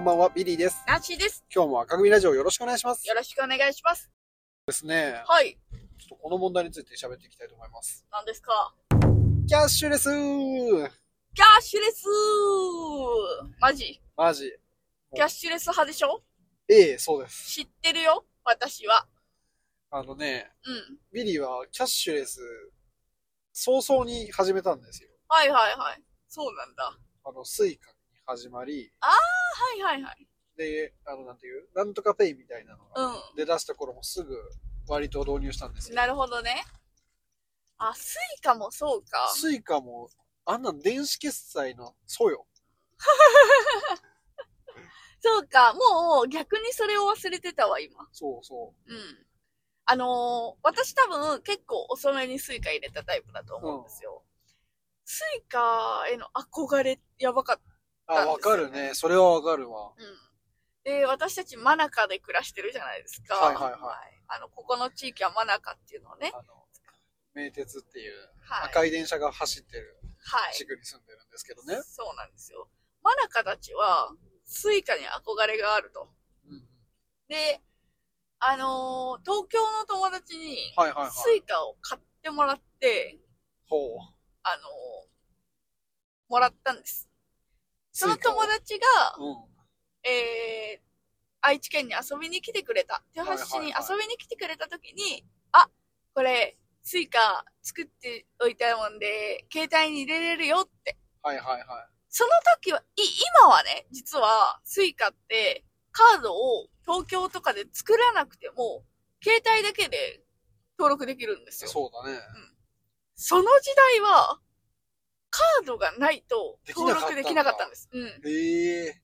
んばんは、ビリーです。ナンシーです。今日も赤組ラジオよろしくお願いします。よろしくお願いします。ですね、はい。ちょっとこの問題について喋っていきたいと思います。何ですかキャッシュレスキャッシュレスマジマジ。キャッシュレス派でしょええ、そうです。知ってるよ私は。あのね、うん。ビリーはキャッシュレス、早々に始めたんですよ。はいはいはい。そうなんだ。あの、スイカに始まり、はいはいはい。で、あの、なんていう、なんとかペイみたいなのがう出だした頃もすぐ割と導入したんですん。よ。なるほどね。あ、スイカもそうか。スイカも、あんなん電子決済の、そうよ。そうか。もう逆にそれを忘れてたわ、今。そうそうん。あのー私多分結構遅めにスイカ入れたタイプだと思うんですよ。スイカへの憧れ、やばかった。う。なんあ、ですよわかるね。それはわかるわ。うん。で、私たちマナカで暮らしてるじゃないですか。はいはいはいあの、ここの地域はマナカっていうのをね。あの、名鉄っていうはい。赤い電車が走ってるはい。地区に住んでるんですけどね。そうなんですよ。マナカたちは、スイカに憧れがあると。うんで、あのー東京の友達に、はいはいはい。スイカを買ってもらって、ほう。あのーもらったんです。その友達が、うん。えー、愛知県に遊びに来てくれた。豊橋市にはいはいは遊びに来てくれた時に、あ、これ、スイカ作っておいたもんで、携帯に入れれるよって。はいはいはい。その時は、い、今はね、実は、スイカって、カードを東京とかで作らなくても、携帯だけで登録できるんですよ。そそうだね。の時代は、カードがないと登録できなかったんです。うん。ええ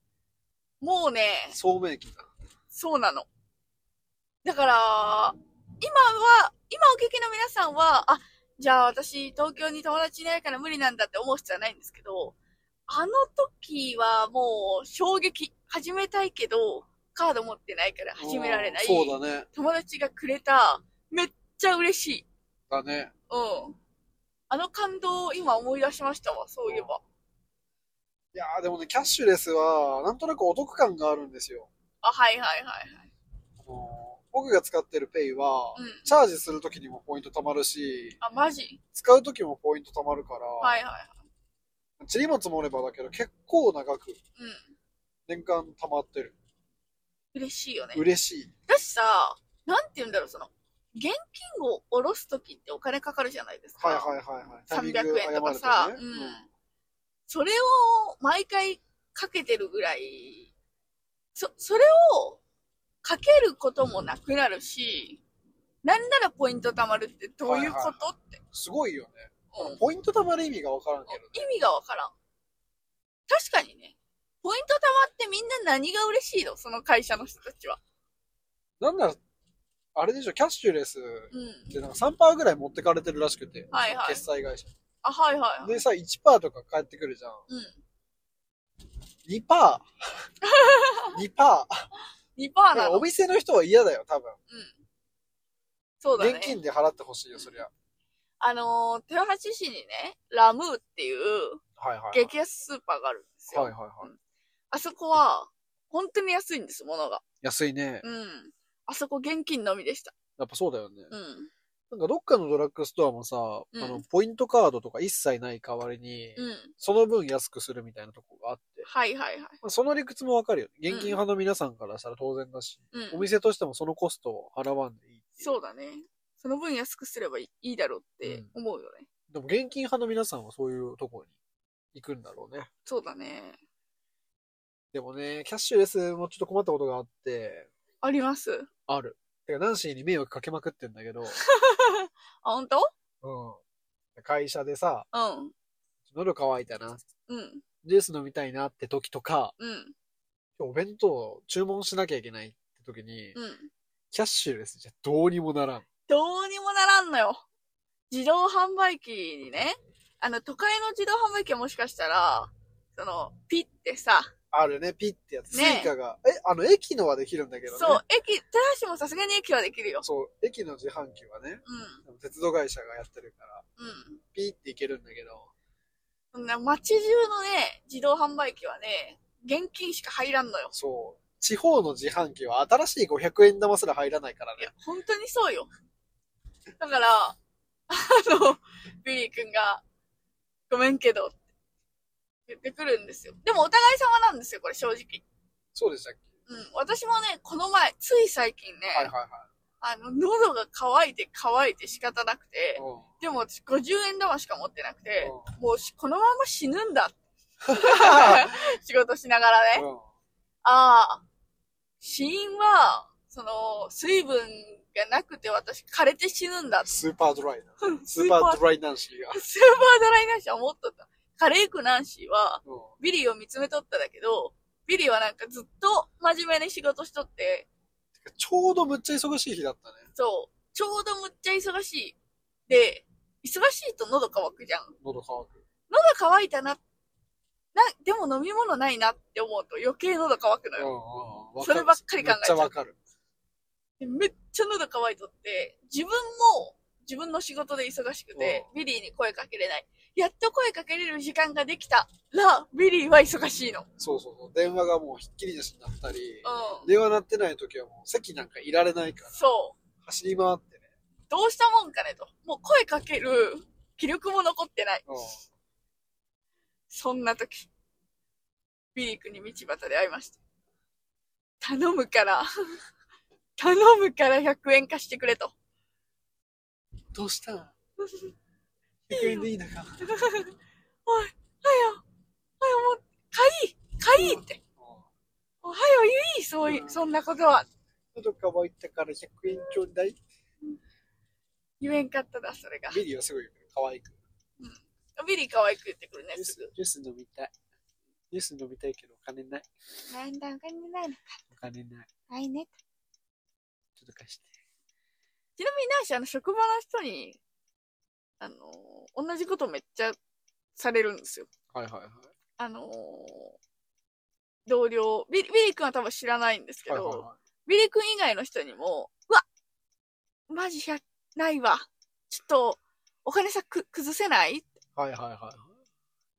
もうね、ー、聡明機だ。そうなの。だから、今は、今お聞きの皆さんは、あ、じゃあ私東京に友達いないから無理なんだって思う必要はないんですけど、あの時はもう衝撃、始めたいけど、カード持ってないから始められない。うんそうだね。友達がくれた、めっちゃ嬉しい。だね。うん。あの感動を今思い出しましたわ、そういえば。いやーでもね、キャッシュレスは、なんとなくお得感があるんですよ。あ、はいはいはいはい。あのー僕が使ってるペイは、うん。チャージするときにもポイント貯まるし、あ、マジ使うときもポイント貯まるから、はいはいはい。ちりも積もればだけど、結構長く、うん。年間貯まってる。嬉しいよね。嬉しい。だしさ、なんて言うんだろう、その、現金を下ろすときってお金かかるじゃないですか。はいはいはいはい。タイミング300円とかさ、誤るうとねん。それを毎回かけてるぐらい、そ、それをかけることもなくなるし、なんならポイント貯まるってどういうこと、はいはいって、すごいよね。うんポイント貯まる意味がわからんけどね。意味がわからん。確かにね、ポイント貯まってみんな何が嬉しいのその会社の人たちは。なんなら、あれでしょ、キャッシュレスうん。でなんか3%ぐらい持ってかれてるらしくて、はいはい決済会社。あ、はいはいはい。でさ、1%とか返ってくるじゃん。うん。 2%! 2%! だか2%ならおの。店の人は嫌だよ、多分。そうだね。現金で払ってほしいよ、そりゃ。あのー、豊橋市にね、ラムーっていうはいはい、はい。激安スーパーがあるんですよ。はいはいはい。あそこは、本当に安いんです、物が。安いね。うん。あそこ現金のみでした。やっぱそうだよね。うん。なんかどっかのドラッグストアもさ、うんあの、ポイントカードとか一切ない代わりに、うん。その分安くするみたいなとこがあって、はいはいはい。まあその理屈もわかるよ。現金派の皆さんからしたら当然だし、うん。お店としてもそのコストを払わんでいいっていうそうだね。その分安くすればいいいいだろうって思うよね。でも現金派の皆さんはそういうとこに行くんだろうね。そうだね。でもね、キャッシュレスもちょっと困ったことがあって、あります。ある。てか、ナンシーに迷惑かけまくってんだけ ど、あ、本当うん。会社でさ、うん。喉乾いたな、うん。ジュース飲みたいなって時とか、うん。お弁当を注文しなきゃいけないって時に、うん。キャッシュレスじゃどうにもならん。どうにもならんのよ。自動販売機にね、あの、都会の自動販売機はもしかしたら、その、ピッてさ、あるね、ピッてやつ。スねイカが。え、あの、駅のはできるんだけどね。そう、駅、豊橋もさすがに駅はできるよ。そう。駅の自販機はね、鉄道会社がやってるから、うん、うん。ピーっていけるんだけど、そんな街中のね、自動販売機はね、現金しか入らんのよ。そう。地方の自販機は新しい500円玉すら入らないからいやね。、本当にそうよ。だから、あの、ビリー君が、ごめんけど、って言ってくるんですよ。でもお互い様なんですよ、これ正直。そうでしたっけうん。私もね、この前、つい最近ね、はいはいはい。あの、喉が渇いて渇いて仕方なくて、うんでも私50円玉しか持ってなくて、うもうしこのまま死ぬ んだ。仕事しながらね。んうんああ、死因は、その、水分がなくて私枯れて死ぬんだ。スーパードライな。ス スーーパパーードライナンシーが。スーパードライナンシーは思っとった。カレークナンシーは、うんビリーを見つめとっただけど、ビリーはなんかずっと真面目に仕事しとって、ちょうどむっちゃ忙しい日だったね。そう、ちょうどむっちゃ忙しい。で、忙しいと喉乾くじゃん。喉乾く。喉乾いたな、な、でも飲み物ないなって思うと余計喉乾くのうんよ。うんうんわかるそればっかり考えちゃめっうちゃわかる。でめっちゃ喉乾いとって、自分も自分の仕事で忙しくて、ビリーに声かけれない。やっと声かけれる時間ができたら、ビリーは忙しいの。そうそうそう。電話がもうひっきりなしになったり、うん。電話鳴ってない時はもう席なんかいられないから、そう。走り回ってね。どうしたもんかねと。もう声かける気力も残ってない。うんそんな時、ビリー君に道端で会いました。頼むから、 頼むから100円貸してくれと。 どうしたん ?100 円でいいのか。おい、はよ、はよ、もう、かいかいって。うおはよ、ゆい、そうい、そんなことは。ん喉乾いたから100円ちょうだい。言えんかっただ、それが。ビリーはすごい可愛く。ビリー可愛く言ってくるねジュ。ース、ジュース飲みたい。ジュース飲みたいけどお金ない。なんだ、お金ないの。お金ない。ないね。ちょっと貸して。ちなみに、ナイシあの、職場の人に、あのー、同じことめっちゃされるんですよ。はいはいはい。あのー、同僚、ビリ、ビリー君は多分知らないんですけど、はいはいはいビリー君以外の人にも、うわマジ100ないわ。ちょっと、お金さ、く、崩せないはいはいはいはい。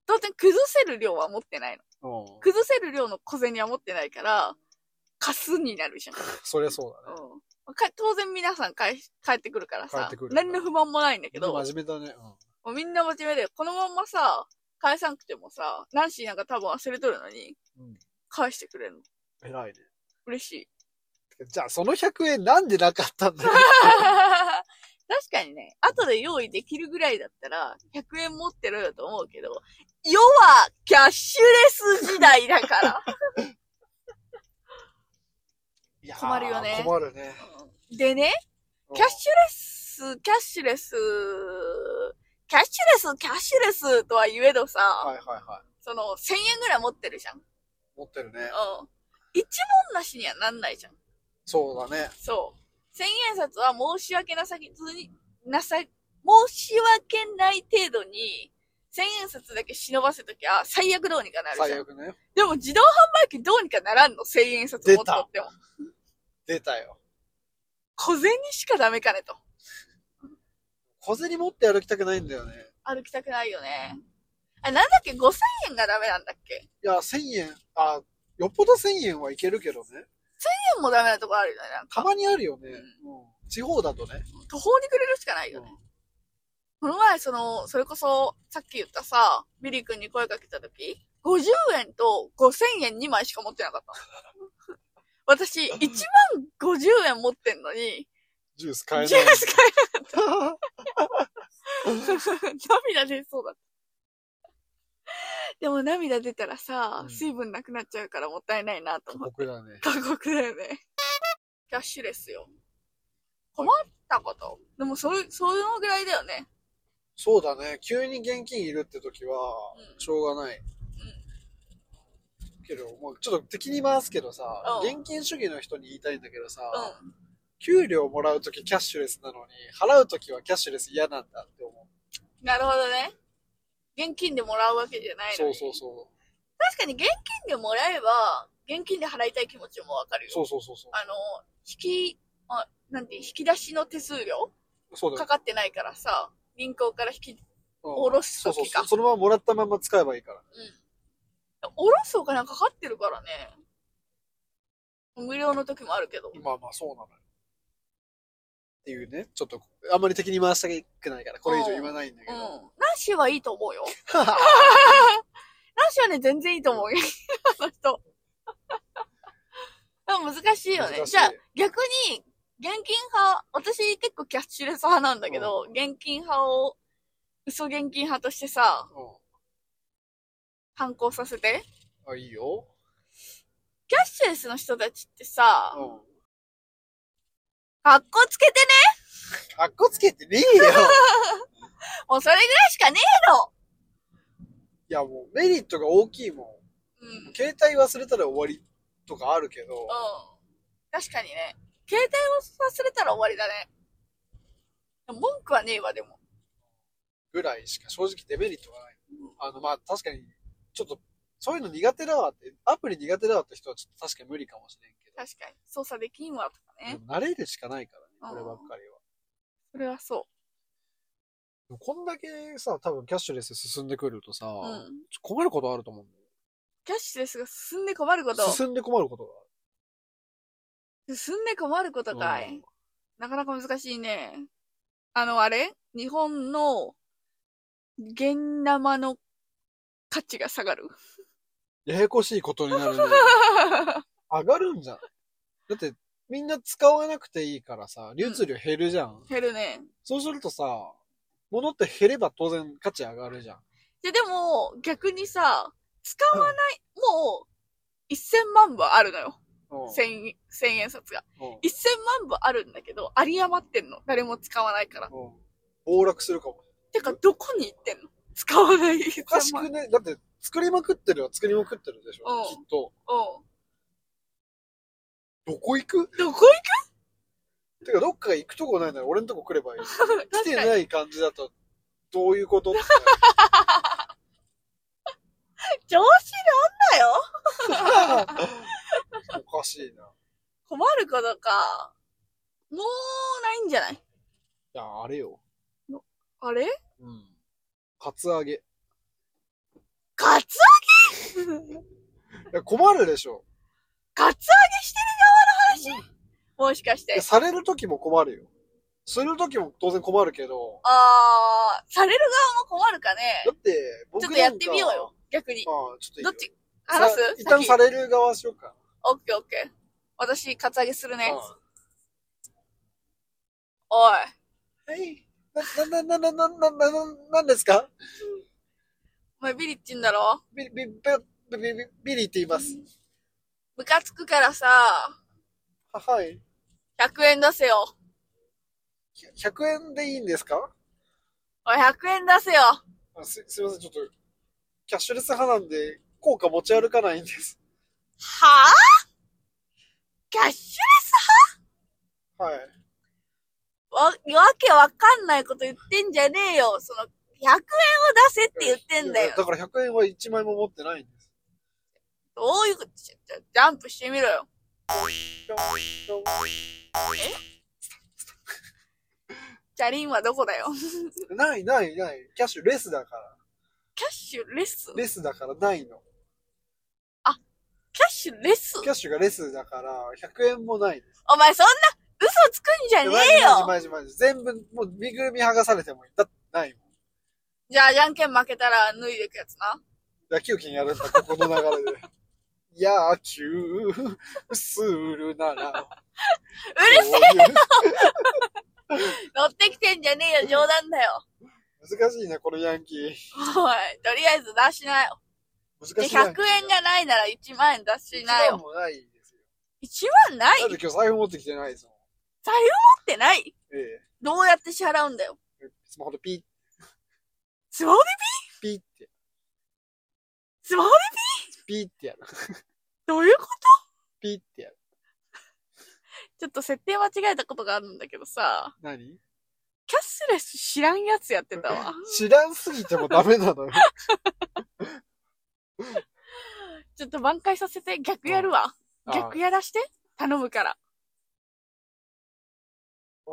当然、崩せる量は持ってないの。うん。崩せる量の小銭は持ってないから、貸すになるじゃん。そりゃそうだね。うん。か当然皆さん返し帰ってくるから返っさてく、る何の不満もないんだけけど、ど、真面目だね。うん。もうみんな真面目で、このまんまさ、返さなくてもさ、ナンシーなんか多分忘れとるのにうん、返してくれるの。偉いね。嬉しい。じゃあ、その100円なんでなかったんだよ。 確かにね、後で用意できるぐらいだったら、100円持ってろよと思うけど、世はキャッシュレス時代だから。いやー困るよね困るね。でね、うんキャッシュレス、キャッシュレス、キャッシュレス、キャッシュレスとは言えどさ、はいはいはい。その、1000円ぐらい持ってるじゃん。うん。持ってるね。一問なしにはなんないじゃん。そうだね。そう。千円札は申し訳なさぎずに、なさ、申し訳ない程度に、千円札だけ忍ばせときゃ最悪どうにかなるじ最ゃん。悪ね。でも自動販売機どうにかならんの千円札持っとっても。出たよ。小銭しかダメかねと。小銭持って歩きたくないんだよね。歩きたくないよね。あ、なんだっけ ?5000 円がダメなんだっけいや、1000円。あ、よっぽど1000円はいけるけどね。 ?1000 円もダメなとこあるよね。なんたか、まにあるよね。うんうん地方だとね。途方に暮れるしかないよね。この前、その、それこそ、さっき言ったさ、ビリー君に声かけたとき、50円と5000円2枚しか持ってなかったの。 私、1万50円持ってんのに、 ジュース買えジなュいー。ス買えな涙出そうだった。でも涙出たらさう、ん水分なくなっちゃうからもったいないなと思って。僕だね。 過酷だよね。キャッシュレスよ。困ったことでも、そういう、そういうのぐらいだよね。そうだね。急に現金いるって時はう、んしょうがない。けど、もうちょっと敵に回すけどさ、うん現金主義の人に言いたいんだけどさ、うん。給料もらうときキャッシュレスなのに、払うときはキャッシュレス嫌なんだって思う。なるほどね。現金でもらうわけじゃないのそにうそうそ確かに現金でもらえば、現金で払いたい気持ちもわかるう。よ。そうそうそうそう。あの、引き、あ、なんて、引き出しの手数料そうだかよ。かってないからさ、銀行から引き、うんおろすそう時そうそう。かそのままもらったまま使えばいいからね。うん。おろすお金がかかってるからね。無料の時もあるけど。まあまあ、そうなのよ。っていうね、ちょっと、あんまり敵に回したくないから、これ以上言わないんだけうん。ど。ナンシーはいいと思 うよ。ナンシーはね、全然いいと思うよ。あの人。でも難しいよね。難しいじゃあ、逆に、現金派、私結構キャッシュレス派なんだけど、現金派を、嘘現金派としてさ、う反抗させて。ん。あ、いいよ。キャッシュレスの人たちってさう、ん。かっこつけてねかっこつけてねえよ。もうそれぐらいしかねえのいや、もうメリットが大きいもうん。うんん。。携帯忘れたら終わりとかあるけど、確かにね。携帯を忘れたら終わりだね。文句はねえわ、でも。ぐらいしか正直デメリットがない。あの、まあ確かに、ちょっと、そういうの苦手だわって、アプリ苦手だわって人はちょっと確かに無理かもしれんけど確かに。操作できんわ、とか、でね。も慣れるしかないからうんね、こればっかりは。それはそでもこんだけさ、多分キャッシュレス進んでくるとさ、う。ちうょん。困ることあると思うんだよ。キャッシュレスが進んで困ること。進んで困ることが進んで困ることかある。い。なかなか難しいね。あの、あれ日本の、現生の価値が下がる。 ややこしいことになるね。 上がるんじゃん。だって、みんな使わなくていいからさ、流通量減るじゃん。減るね。そうするとさ、物って減れば当然価値上がるじゃん。で、でも、逆にさ、使わない、もう、1000万部あるのよ。うん1000、千円札が。うん1000万部あるんだけど、有り余ってんの。誰も使わないから。うん暴落するかも。てか、どこに行ってんの使わないおかし1000万。くねだって、作りまくってるは作りまくってるでしょ、うんきっと。うどこ行くん。どこ行てか、どっか行くとこないなら俺んとこ来ればいい。く来てい。ない感じだと、どういう ことって。調子乗んなよおかしいな。い困ることか。もう、ないんじゃないや、あれよ。あれうん。カツアゲ。いカツアゲや、困るでしょ。カツアゲしてる側の話もしかしいてや。される時も困るよ。する時も当然困るけど、あー、される側も困るかね。だって、僕なんかちょっとやってみようよ。。逆に。まあ、ちょっといいどよっち話すさ一旦先される側しようか。オッケーオッケー。私、カツアゲするね。うおい。んはい。な、な、な、な、な、な、な、な、なんですかお前ビリッチんだろビリ、ビリ、ビリ、ビリビリって言います。ムカつくからさ、は、はい。 100円出せよ。ひ100円でいいんですかおい、100円出せよ。あす、すいません、ちょっと、キャッシュレス派なんで、効果持ち歩かないんです。はぁキャッシはい。ュわ、わけわかんないこと言ってんじゃねえよ。その、100円を出せって言ってんだいよや。だから100円は1枚も持ってないんです。どういうことちょちょジャンプしてみろよ。チャリンはどこだよ。ないないない。キャッシュレスだから。キャッシュレスレスだからないの。キャッシュレスキャッシュがレスだから、100円もないです。お前そんな嘘つくんじゃねえよマジマジマジマジ全部、もう身ぐるみ剥がされてもいい。だってないもん。じゃあ、じゃんけん負けたら脱いでいくやつな。野球券やるんだ、ここの流れで。 野球するな ら。うるせこえ乗ってきてんじゃねえよ冗談だよういう難しいね、このヤンキー。おい、とりあえず出しなよ。で、難しい100な。円がないなら1万円出しな一番よ。もないですよ。 1万ないだって今日財布持ってきてないですも財布持ってないん。えどうやって支払うんだよ。え。スマホでピッ、スマホでピッって、スマホでピッってやる。どういうこピッってやる。とちょっと設定間違えたことがあるんだけどさ、何キャッシュレス知らんやつやってたわ。知らんすぎてもダメなの よ。ちょっと挽回させて、逆やるわ。あ逆やらして。頼むから。う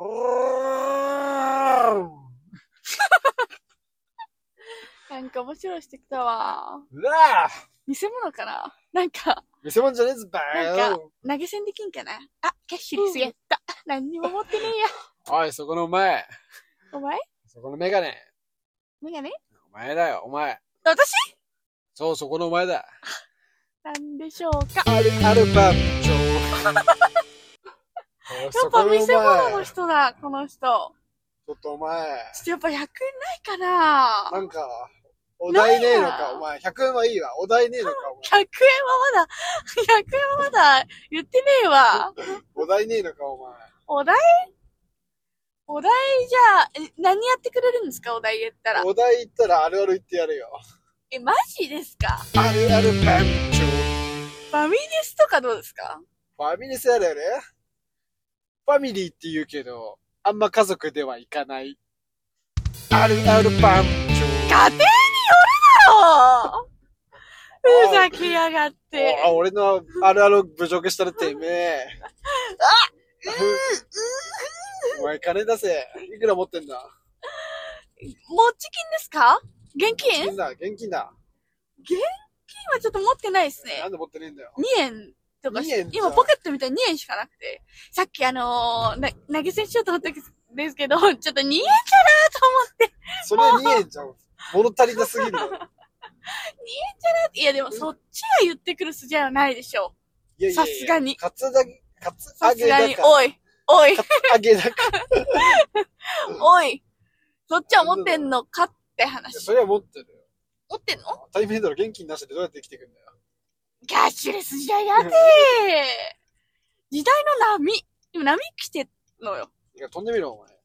なんか面白いしてきたわ。わあ偽物かななんか、偽物じゃねえぞ、バなーんン投げ銭できんかなあ、キャッシュレスやった。何にも持ってねおい、そこのお前。えや。お前そこのメガネ。メガネお前だよ、お前。私そう、そこのお前だ。なんでしょうか。アル、アルバム、ジョー。 おいやそっぱこ見せ物おの前ち人だ、この人。ちょょっとお前。っとやっぱ100円ないかななんか、お題ねえのないなか、お前。100円はいいわ。お題ねえのか、お前。 100円はまだ、100円はまだ言ってねえわ。お題ねえのか、お前。お題お題じゃあ、え何やってくれるんですかお題言ったら。お題言ったらあるある言ってやるよ。え、マジですかあるあるバンチョー。ファミレスとかどうですかファミレスやるよね。ファミリーって言うけど、あんま家族では行かない。あるあるバンチョー。家庭によるだろうふざけやがって。お俺のあるある侮辱したらてめえ。お前金出せ。いくら持ってんだもち金ですか現金現金だ、現金だ。今ちょっと持ってないですね。なんで持ってねえんだよ。 2円とかし2円じゃん今ポケットみたいに2円しかなくて、さっきあのー、な、投げ銭しようと思ったんですけど、ちょっと2円じゃなと思って、それ2円じゃん。物足りなすぎるだろ。いやでもそっちが言ってくる筋合いはないでしょいやいやいやさすがにカツだけ、カツう。揚さすげがだに、から。おい、おい、揚げだから。おい、そっちは持ってんのかっていや話。それは持ってるよ。持ってんの対面だろ、現金なしでどうやって生きていくんだよ。キャッシュレス時代やでー時代の波、今波来てんのよ。いや、飛んでみろ、お前。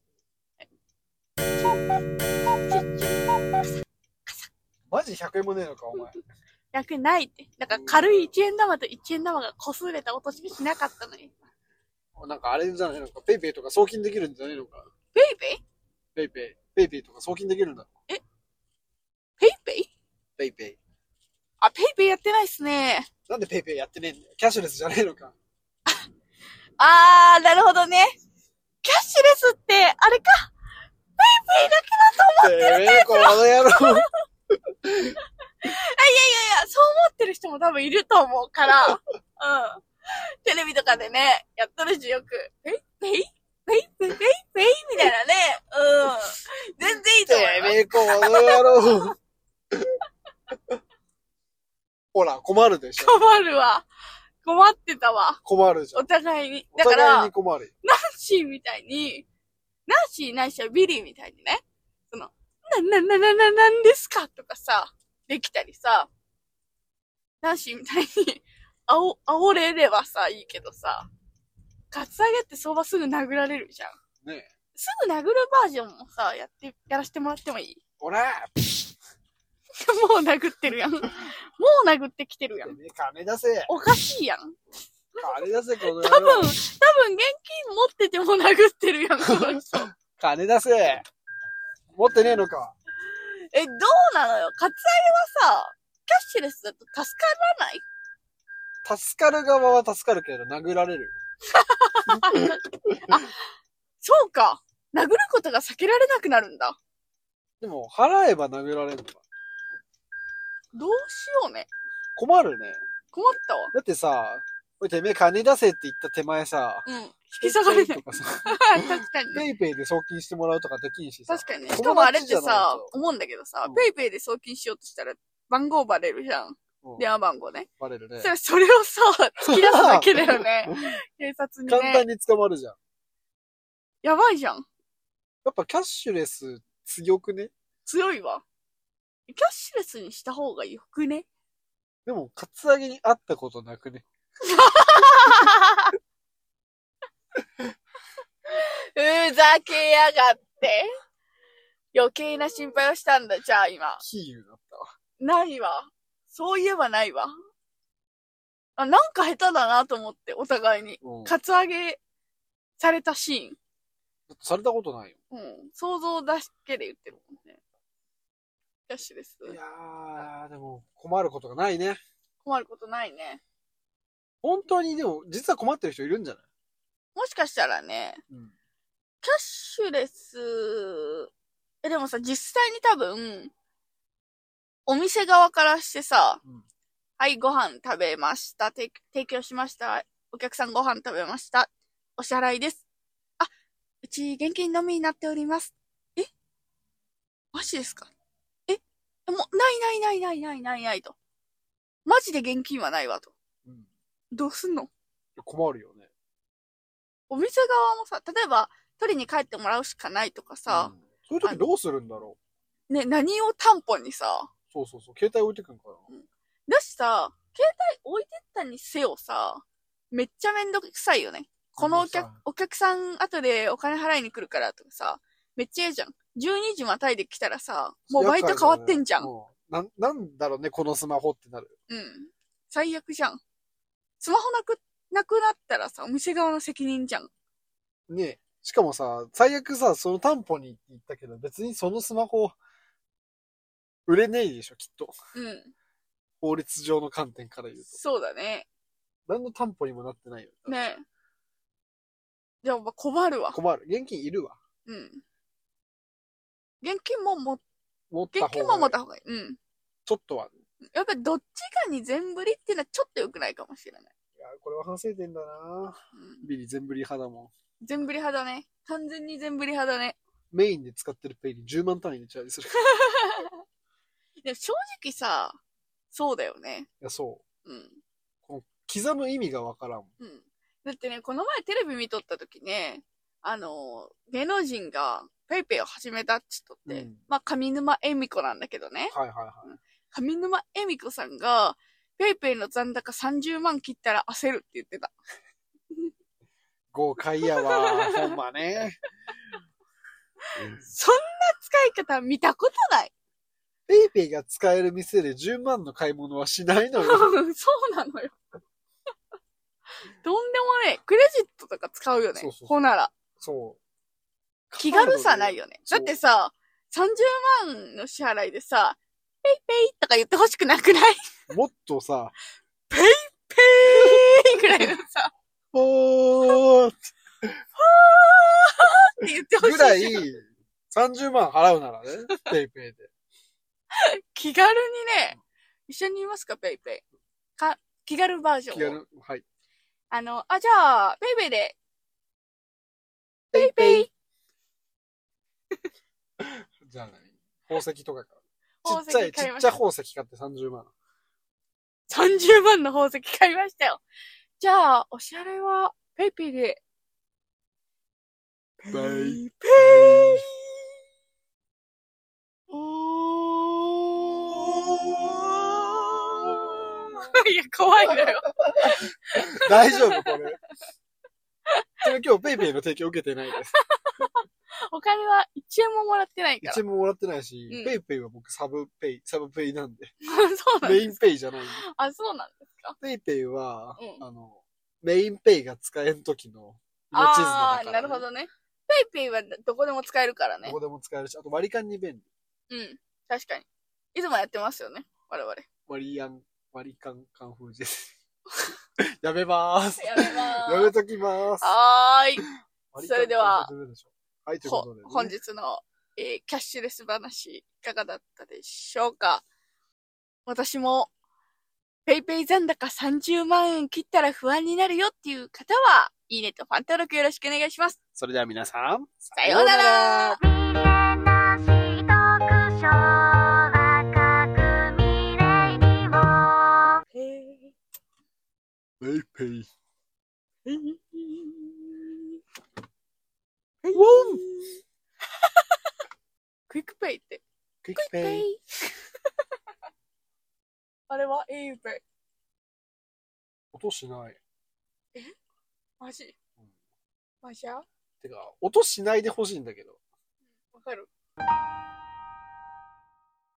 マジ100円もねえのか、お前。楽ないって。だから軽い1円玉と1円玉が擦れた音しかしなかったのに。なんかあれじゃないのか、ペイペイとか送金できるんじゃないのか。ペイペイペイペイ。ペイペイとか送金できるんだろ。ペイペイペイペイ。あ、ペイペイやってないっすね。なんでペイペイやってねえんだよ。キャッシュレスじゃねえのか。あー、なるほどね。キャッシュレスって、あれか。てめえ、この野郎。いやいや、そう思ってる人も多分いると思う から。うん。テレビとかでね、やっとるしよく。ペイペイペイペイペイペイみたいなね。うん。全然いいてと思 いますめ。え、この野郎。ほら、困るでしょ。困るわ。困ってたわ。困るじゃおん。互いに。おだから、互いナンに困るよ。シーみたいに、ナンシーないしはビリーみたいにね、その、な、な、な、な、な、なんですかとかさ、できたりさ、ナンシーみたいに、あお、あおれればさ、いいけどさ、カツアゲって相場すぐ殴られるじゃん。ねえ。すぐ殴るバージョンもさ、やって、やらせてもらってもいい ほら、もう殴ってるやん。もう殴ってきてるやん。金出せ。おかしいやん。金出せ、この野多分、多分郎。現金持ってても殴ってるやん、この人。金出せ。持ってねえのか。え、どうなのよカツアゲはさ、キャッシュレスだと助からない助かる側は助かるけど、殴られるよ。 そうか。殴ることが避けられなくなるんだ。でも、払えば殴られるのか。どうしようね。困るね。困ったわ。だってさ、おいてめえ金出せって言った手前さ、うん。引き下がペれなイペイい。とかさ、 確かにね。ペイペイで送金してもらうとかできんしさ。確かにね。友達しかもあれってじゃないさと、思うんだけどさ、うんペイペイで送金しようとしたら、番号バレるじゃん。うん電話番号ね。バレるねそ。れそれをさ、突き出すだけだよね。警察 に簡単ね。に捕まるじゃん。やばいじゃん。やっぱキャッシュレス強くね強いわ。キャッシュレスにした方がよくねでも、カツアゲに会ったことなくね。ふざけやがって。余計な心配をしたんだ、じゃあ今。キーウだったわ。ないわ。そういえばないわ。あ、なんか下手だなと思って、お互いに。うん。カツアゲされたシされたことないよ。ーン。うん。想像だけで言ってるもんね。キャッシュレス。いやー、でも困ることがないね。困ることないね。本当にでも、実は困ってる人いるんじゃないもしかしたらね、うん。キャッシュレス、え、でもさ、実際に多分、お店側からしてさ、うんはい、ご飯食べました。提提供しました。お客さんご飯食べました。お支払いです。あ、うち現金のみになっております。えマジですかえもう、ないないないないないないないと。マジで現金はないわと。うん。どうすんの困るよね。お店側もさ、例えば、取りに帰ってもらうしかないとかさう、んそういう時どうするんだろうね、何を担保にさ、そうそうそう。携帯置いてくんかだしさ、携帯置いてったにせよさ、めっちゃめんどくさいよね。このお客そうそう、お客さん後でお金払いに来るからとかさ、めっちゃええじゃん。12時またいで来たらさ、もな。うバイト変わってんじゃん。ううん。なんなんだろうね、このスマホってなる。最悪じゃん。スマホなく、なくなったらさ、お店側の責任じゃん。ねえしかもさ、最悪さ、その担保に行ったけど、別にそのスマホ、売れねえでしょ、きっと。うん。法律上の観点から言うと。そうだね。何の担保にもなってないよ。ねえ。じゃあ、困るわ。困る。現金いるわ。うん。現金もも、持った現方金もがい持っいた方がいい。うん。ちょっとは。やっぱりどっちかに全振りっていうのはちょっと良くないかもしれない。いや、これは反省点だなうんビリ全振り派だも全振り派だね。完全に全振り派だね。ん。メインで使ってるペイに10万単位でチャージす る。いでも正直さ、そうだよね。や、そう。うん。刻む意味がわからん。うん。だってね、この前テレビ見とった時ね、あの、芸能人がペイペイを始めたっつっとって、うんまあ上沼恵美子なんだけどね。はいはいはい。上沼恵美子さんが、ペイペイの残高30万切ったら焦るって言ってた。豪快やわ。 ほんまね。そんな使い方見たことない。ペイペイが使える店で10万の買い物はしないのよ。そうなのよ。とんでもねえ。クレジットとか使うよね。そうそうそうほなら。そう。気軽さないよね。そだうってさ、30万の支払いでさ、ペイペイとか言ってほしくなくないもっとさ、ペイぐらいのさ、おーっって言ってほしいぐらい じゃん。 30万払うならね、ペイペイ で。気軽にね、一緒にいますか、ペイペイ。か、気軽バージョン気を。軽、はい。あの、あ、じゃあ、ペイペイで、ペイペイ。じゃあ何宝石とかか。ち宝っちゃ石い、ち買いっましちゃたい。宝石買って30万。 30万の宝石買いましたよ。じゃあ、お支払いは、ペイペイで。 ペイイペイおー。いや、怖いのよ。大丈夫これ。それ今日ペイペイの提供受けてないです。お金は1円ももらってないから。一円ももらってないし、うんペイペイは僕サブペイ、サブペイなんで。 そうなんメでインす。ペイじゃないんで。あ、そうなんですか。ペイペイは、うんあの、メインペイが使えん時の色地図の中あであー、なるほどね。ペイペイはどこでも使えるからねどこ。でも使えるし、あと割り勘に便利。うん。確かに。いつもやってますよね。我々。割り勘、割り勘、カンフーです。 やめまーす。やめまやめときまーす。はーい。割り勘それではカンフーでしょはい、というこほとでね、本日の、えーキャッシュレス話、いかがだったでしょうか私も、ペイペイ残高30万円切ったら不安になるよっていう方は、いいねとファン登録よろしくお願いします。それでは皆さん、さようなら未練のし特徴赤く未来にもペイペイ。ウォンクイックペイって。クイックペイ。 あれは au ペイ。音しない。マジうんマジやてか、音しないでほしいんだけど。わかる